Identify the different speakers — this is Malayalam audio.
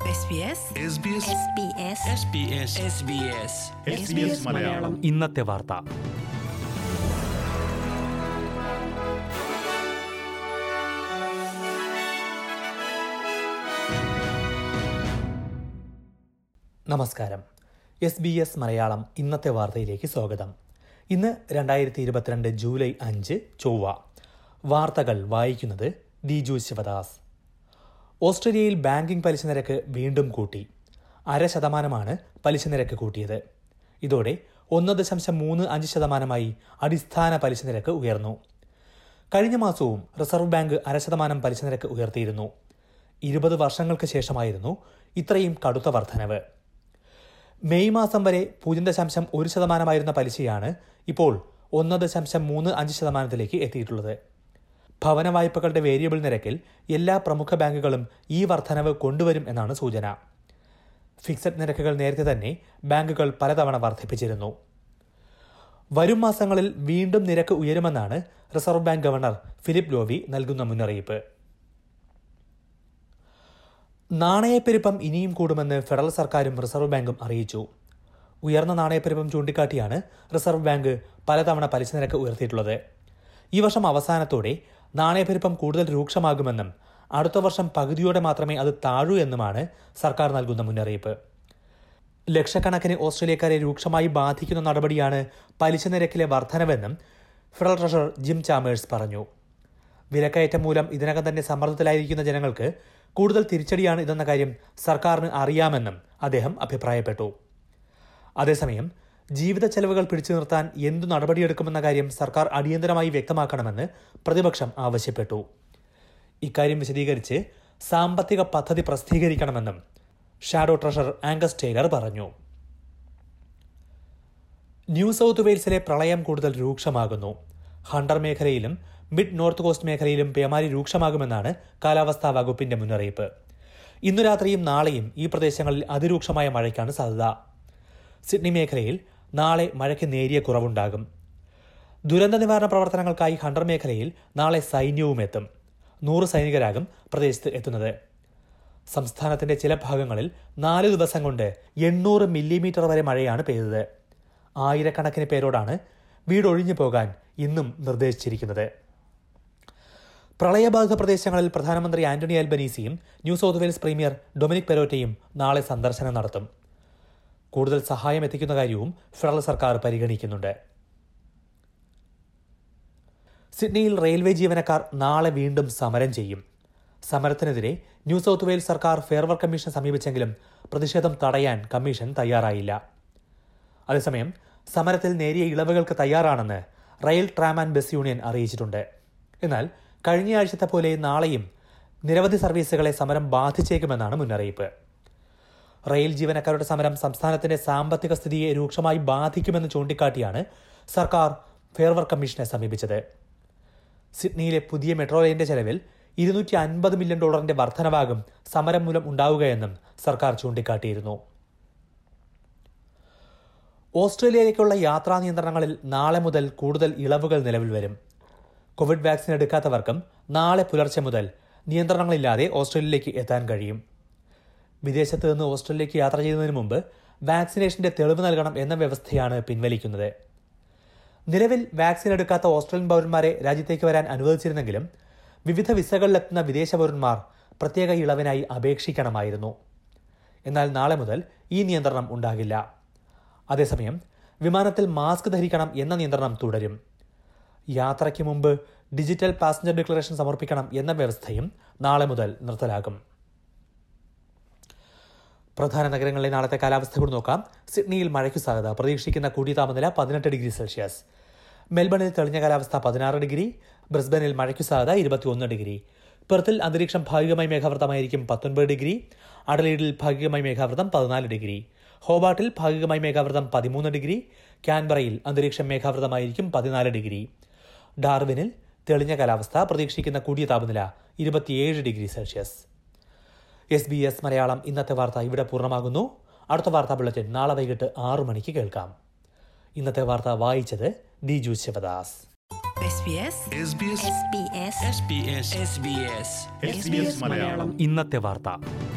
Speaker 1: SBS
Speaker 2: SBS
Speaker 1: SBS
Speaker 3: SBS
Speaker 4: SBS
Speaker 2: SBS Malayalam
Speaker 3: ഇന്നത്തെ വാർത്ത
Speaker 5: നമസ്കാരം എസ് ബി എസ് മലയാളം ഇന്നത്തെ വാർത്തയിലേക്ക് സ്വാഗതം ഇന്ന് രണ്ടായിരത്തി ഇരുപത്തിരണ്ട് ജൂലൈ അഞ്ച് ചൊവ്വ വാർത്തകൾ വായിക്കുന്നത് ദിജു ശിവദാസ് ഓസ്ട്രേലിയയിൽ ബാങ്കിംഗ് പലിശ നിരക്ക് വീണ്ടും കൂട്ടി അര ശതമാനമാണ് പലിശ നിരക്ക് കൂട്ടിയത് ഇതോടെ ഒന്ന് ദശാംശം മൂന്ന് അഞ്ച് ശതമാനമായി അടിസ്ഥാന പലിശ നിരക്ക് ഉയർന്നു കഴിഞ്ഞ മാസവും റിസർവ് ബാങ്ക് അര ശതമാനം പലിശ നിരക്ക് ഉയർത്തിയിരുന്നു ഇരുപത് വർഷങ്ങൾക്ക് ശേഷമായിരുന്നു ഇത്രയും കടുത്ത വർധനവ് മെയ് മാസം വരെ പൂജ്യം ദശാംശം ഒരു ശതമാനമായിരുന്ന പലിശയാണ് ഇപ്പോൾ ഒന്ന് ദശാംശം മൂന്ന് അഞ്ച് ശതമാനത്തിലേക്ക് എത്തിയിട്ടുള്ളത് ഭവന വായ്പകളുടെ വേരിയബിൾ നിരക്കിൽ എല്ലാ പ്രമുഖ ബാങ്കുകളും ഈ വർധനവ് കൊണ്ടുവരും എന്നാണ് സൂചന ഫിക്സഡ് നിരക്കുകൾ നേരത്തെ തന്നെ ബാങ്കുകൾ പലതവണ വർദ്ധിപ്പിച്ചിരുന്നു വരും മാസങ്ങളിൽ വീണ്ടും നിരക്ക് ഉയരുമെന്നാണ് reserve bank governor Philip Lowe നൽകുന്ന മുന്നറിയിപ്പ് നാണയപ്പെരുപ്പം ഇനിയും കൂടുമെന്ന് ഫെഡറൽ സർക്കാരും റിസർവ് ബാങ്കും അറിയിച്ചു ഉയർന്ന നാണയപ്പെരുപ്പം ചൂണ്ടിക്കാട്ടിയാണ് റിസർവ് ബാങ്ക് പലതവണ പലിശ നിരക്ക് ഉയർത്തിയിട്ടുള്ളത് ഈ വർഷം അവസാനത്തോടെ നാണയപ്പെരുപ്പം കൂടുതൽ രൂക്ഷമാകുമെന്നും അടുത്ത വർഷം പകുതിയോടെ മാത്രമേ അത് താഴൂ എന്നുമാണ് സർക്കാർ നൽകുന്ന മുന്നറിയിപ്പ് ലക്ഷക്കണക്കിന് ഓസ്ട്രേലിയക്കാരെ രൂക്ഷമായി ബാധിക്കുന്ന നടപടിയാണ് പലിശ നിരക്കിലെ വർധനവെന്നും ഫെഡറൽ ട്രഷറർ ജിം ചാമേഴ്സ് പറഞ്ഞു വിലക്കയറ്റം മൂലം ഇതിനകം തന്നെ സമ്മർദ്ദത്തിലായിരിക്കുന്ന ജനങ്ങൾക്ക് കൂടുതൽ തിരിച്ചടിയാണ് ഇതെന്ന കാര്യം സർക്കാരിന് അറിയാമെന്നും അദ്ദേഹം അഭിപ്രായപ്പെട്ടു അതേസമയം ജീവിത ചെലവുകൾ പിടിച്ചു നിർത്താൻ എന്തു നടപടിയെടുക്കുമെന്ന കാര്യം സർക്കാർ അടിയന്തരമായി വ്യക്തമാക്കണമെന്ന് പ്രതിപക്ഷം ആവശ്യപ്പെട്ടു ഇക്കാര്യം വിശദീകരിച്ച് സാമ്പത്തിക പദ്ധതി പ്രസിദ്ധീകരിക്കണമെന്നും ഷാഡോ ട്രഷറർ ആംഗസ് ടൈലർ പറഞ്ഞു ന്യൂ സൗത്ത് വെയിൽസിലെ പ്രളയം കൂടുതൽ രൂക്ഷമാകുന്നു ഹണ്ടർ മേഖലയിലും മിഡ് നോർത്ത് കോസ്റ്റ് മേഖലയിലും പേമാരി രൂക്ഷമാകുമെന്നാണ് കാലാവസ്ഥാ വകുപ്പിന്റെ മുന്നറിയിപ്പ് ഇന്നു രാത്രിയും നാളെയും ഈ പ്രദേശങ്ങളിൽ അതിരൂക്ഷമായ മഴയ്ക്കാണ് സാധ്യത സിഡ്നി മേഖലയിൽ നാളെ മഴയ്ക്ക് നേരിയ കുറവുണ്ടാകും ദുരന്ത നിവാരണ പ്രവർത്തനങ്ങൾക്കായി ഹണ്ടർ മേഖലയിൽ നാളെ സൈന്യവും എത്തും നൂറ് സൈനികരാകും പ്രദേശത്ത് എത്തുന്നത് സംസ്ഥാനത്തിന്റെ ചില ഭാഗങ്ങളിൽ നാല് ദിവസം കൊണ്ട് എണ്ണൂറ് മില്ലിമീറ്റർ വരെ മഴയാണ് പെയ്തത് ആയിരക്കണക്കിന് പേരോടാണ് വീടൊഴിഞ്ഞു പോകാൻ ഇന്നും നിർദ്ദേശിച്ചിരിക്കുന്നത് പ്രളയബാധിത പ്രദേശങ്ങളിൽ പ്രധാനമന്ത്രി ആന്റണി അൽബനീസിയും New South Wales premier Dominic പെരോറ്റയും നാളെ സന്ദർശനം നടത്തും കൂടുതൽ സഹായം എത്തിക്കുന്ന കാര്യവും ഫെഡറൽ സർക്കാർ പരിഗണിക്കുന്നുണ്ട് സിഡ്നിയിൽ റെയിൽവേ ജീവനക്കാർ നാളെ വീണ്ടും സമരം ചെയ്യും സമരത്തിനെതിരെ ന്യൂ സൗത്ത് വെയിൽസ് സർക്കാർ ഫെയർവർ കമ്മീഷനെ സമീപിച്ചെങ്കിലും പ്രതിഷേധം തടയാൻ കമ്മീഷൻ തയ്യാറായില്ല അതേസമയം സമരത്തിൽ നേരിയ ഇളവുകൾക്ക് തയ്യാറാണെന്ന് rail tram and bus union അറിയിച്ചിട്ടുണ്ട് എന്നാൽ കഴിഞ്ഞയാഴ്ചത്തെ പോലെ നാളെയും നിരവധി സർവീസുകളെ സമരം ബാധിച്ചേക്കുമെന്നാണ് മുന്നറിയിപ്പ് റെയിൽ ജീവനക്കാരുടെ സമരം സംസ്ഥാനത്തിന്റെ സാമ്പത്തിക സ്ഥിതിയെ രൂക്ഷമായി ബാധിക്കുമെന്ന് ചൂണ്ടിക്കാട്ടിയാണ് സർക്കാർ ഫെയർവർ കമ്മീഷനെ സമീപിച്ചത് സിഡ്നിയിലെ പുതിയ മെട്രോ റെയിലിന്റെ ചെലവിൽ ഇരുന്നൂറ്റി അൻപത് മില്യൺ ഡോളറിന്റെ വർധനവാകും സമരം മൂലം ഉണ്ടാവുകയെന്നും സർക്കാർ ചൂണ്ടിക്കാട്ടിയിരുന്നു ഓസ്ട്രേലിയയിലേക്കുള്ള യാത്രാ നിയന്ത്രണങ്ങളിൽ നാളെ മുതൽ കൂടുതൽ ഇളവുകൾ നിലവിൽ വരും കോവിഡ് വാക്സിൻ എടുക്കാത്തവർക്കും നാളെ പുലർച്ചെ മുതൽ നിയന്ത്രണങ്ങളില്ലാതെ ഓസ്ട്രേലിയയിലേക്ക് എത്താൻ കഴിയും വിദേശത്ത് നിന്ന് ഓസ്ട്രേലിയയിലേക്ക് യാത്ര ചെയ്യുന്നതിന് മുമ്പ് വാക്സിനേഷന്റെ തെളിവ് നൽകണം എന്ന വ്യവസ്ഥയാണ് പിൻവലിക്കുന്നത് നിലവിൽ വാക്സിൻ എടുക്കാത്ത ഓസ്ട്രേലിയൻ പൗരന്മാരെ രാജ്യത്തേക്ക് വരാൻ അനുവദിച്ചിരുന്നെങ്കിലും വിവിധ വിസകളിലെത്തുന്ന വിദേശ പൗരന്മാർ പ്രത്യേക ഇളവിനായി അപേക്ഷിക്കണമായിരുന്നു എന്നാൽ നാളെ മുതൽ ഈ നിയന്ത്രണം ഉണ്ടാകില്ല അതേസമയം വിമാനത്തിൽ മാസ്ക് ധരിക്കണം എന്ന നിയന്ത്രണം തുടരും യാത്രയ്ക്ക് മുമ്പ് ഡിജിറ്റൽ പാസഞ്ചർ ഡിക്ലറേഷൻ സമർപ്പിക്കണം എന്ന വ്യവസ്ഥയും നാളെ മുതൽ നിർത്തലാകും പ്രധാന നഗരങ്ങളിലെ നാളത്തെ കാലാവസ്ഥ കൂടി നോക്കാം സിഡ്നിയിൽ മഴയ്ക്ക് സാധ്യത പ്രതീക്ഷിക്കുന്ന കൂടിയ താപനില പതിനെട്ട് ഡിഗ്രി സെൽഷ്യസ് മെൽബണിൽ തെളിഞ്ഞ കാലാവസ്ഥ പതിനാറ് ഡിഗ്രി ബ്രിസ്ബനിൽ മഴയ്ക്ക് സാധ്യത ഇരുപത്തിയൊന്ന് ഡിഗ്രി പെർത്തിൽ അന്തരീക്ഷം ഭാഗികമായി മേഘാവൃതമായിരിക്കും പത്തൊൻപത് ഡിഗ്രി അഡലീഡിൽ ഭാഗികമായി മേഘാവൃതം പതിനാല് ഡിഗ്രി ഹോബാട്ടിൽ ഭാഗികമായി മേഘാവൃതം പതിമൂന്ന് ഡിഗ്രി ക്യാൻബറയിൽ അന്തരീക്ഷം മേഘാവൃതമായിരിക്കും പതിനാല് ഡിഗ്രി ഡാർവിനിൽ തെളിഞ്ഞ കാലാവസ്ഥ പ്രതീക്ഷിക്കുന്ന കൂടിയ താപനില ഇരുപത്തിയേഴ് degree Celsius S B S Malayalam ഇന്നത്തെ വാർത്ത ഇവിടെ പൂർണ്ണമാകുന്നു അടുത്ത വാർത്താ ബുള്ളറ്റിൻ നാളെ വൈകിട്ട് ആറു മണിക്ക് കേൾക്കാം ഇന്നത്തെ വാർത്ത വായിച്ചത് Diju Sivadas
Speaker 1: SBS
Speaker 2: SBS
Speaker 1: SBS
Speaker 3: SBS
Speaker 4: SBS
Speaker 2: SBS Malayalam
Speaker 3: ഇന്നത്തെ വാർത്ത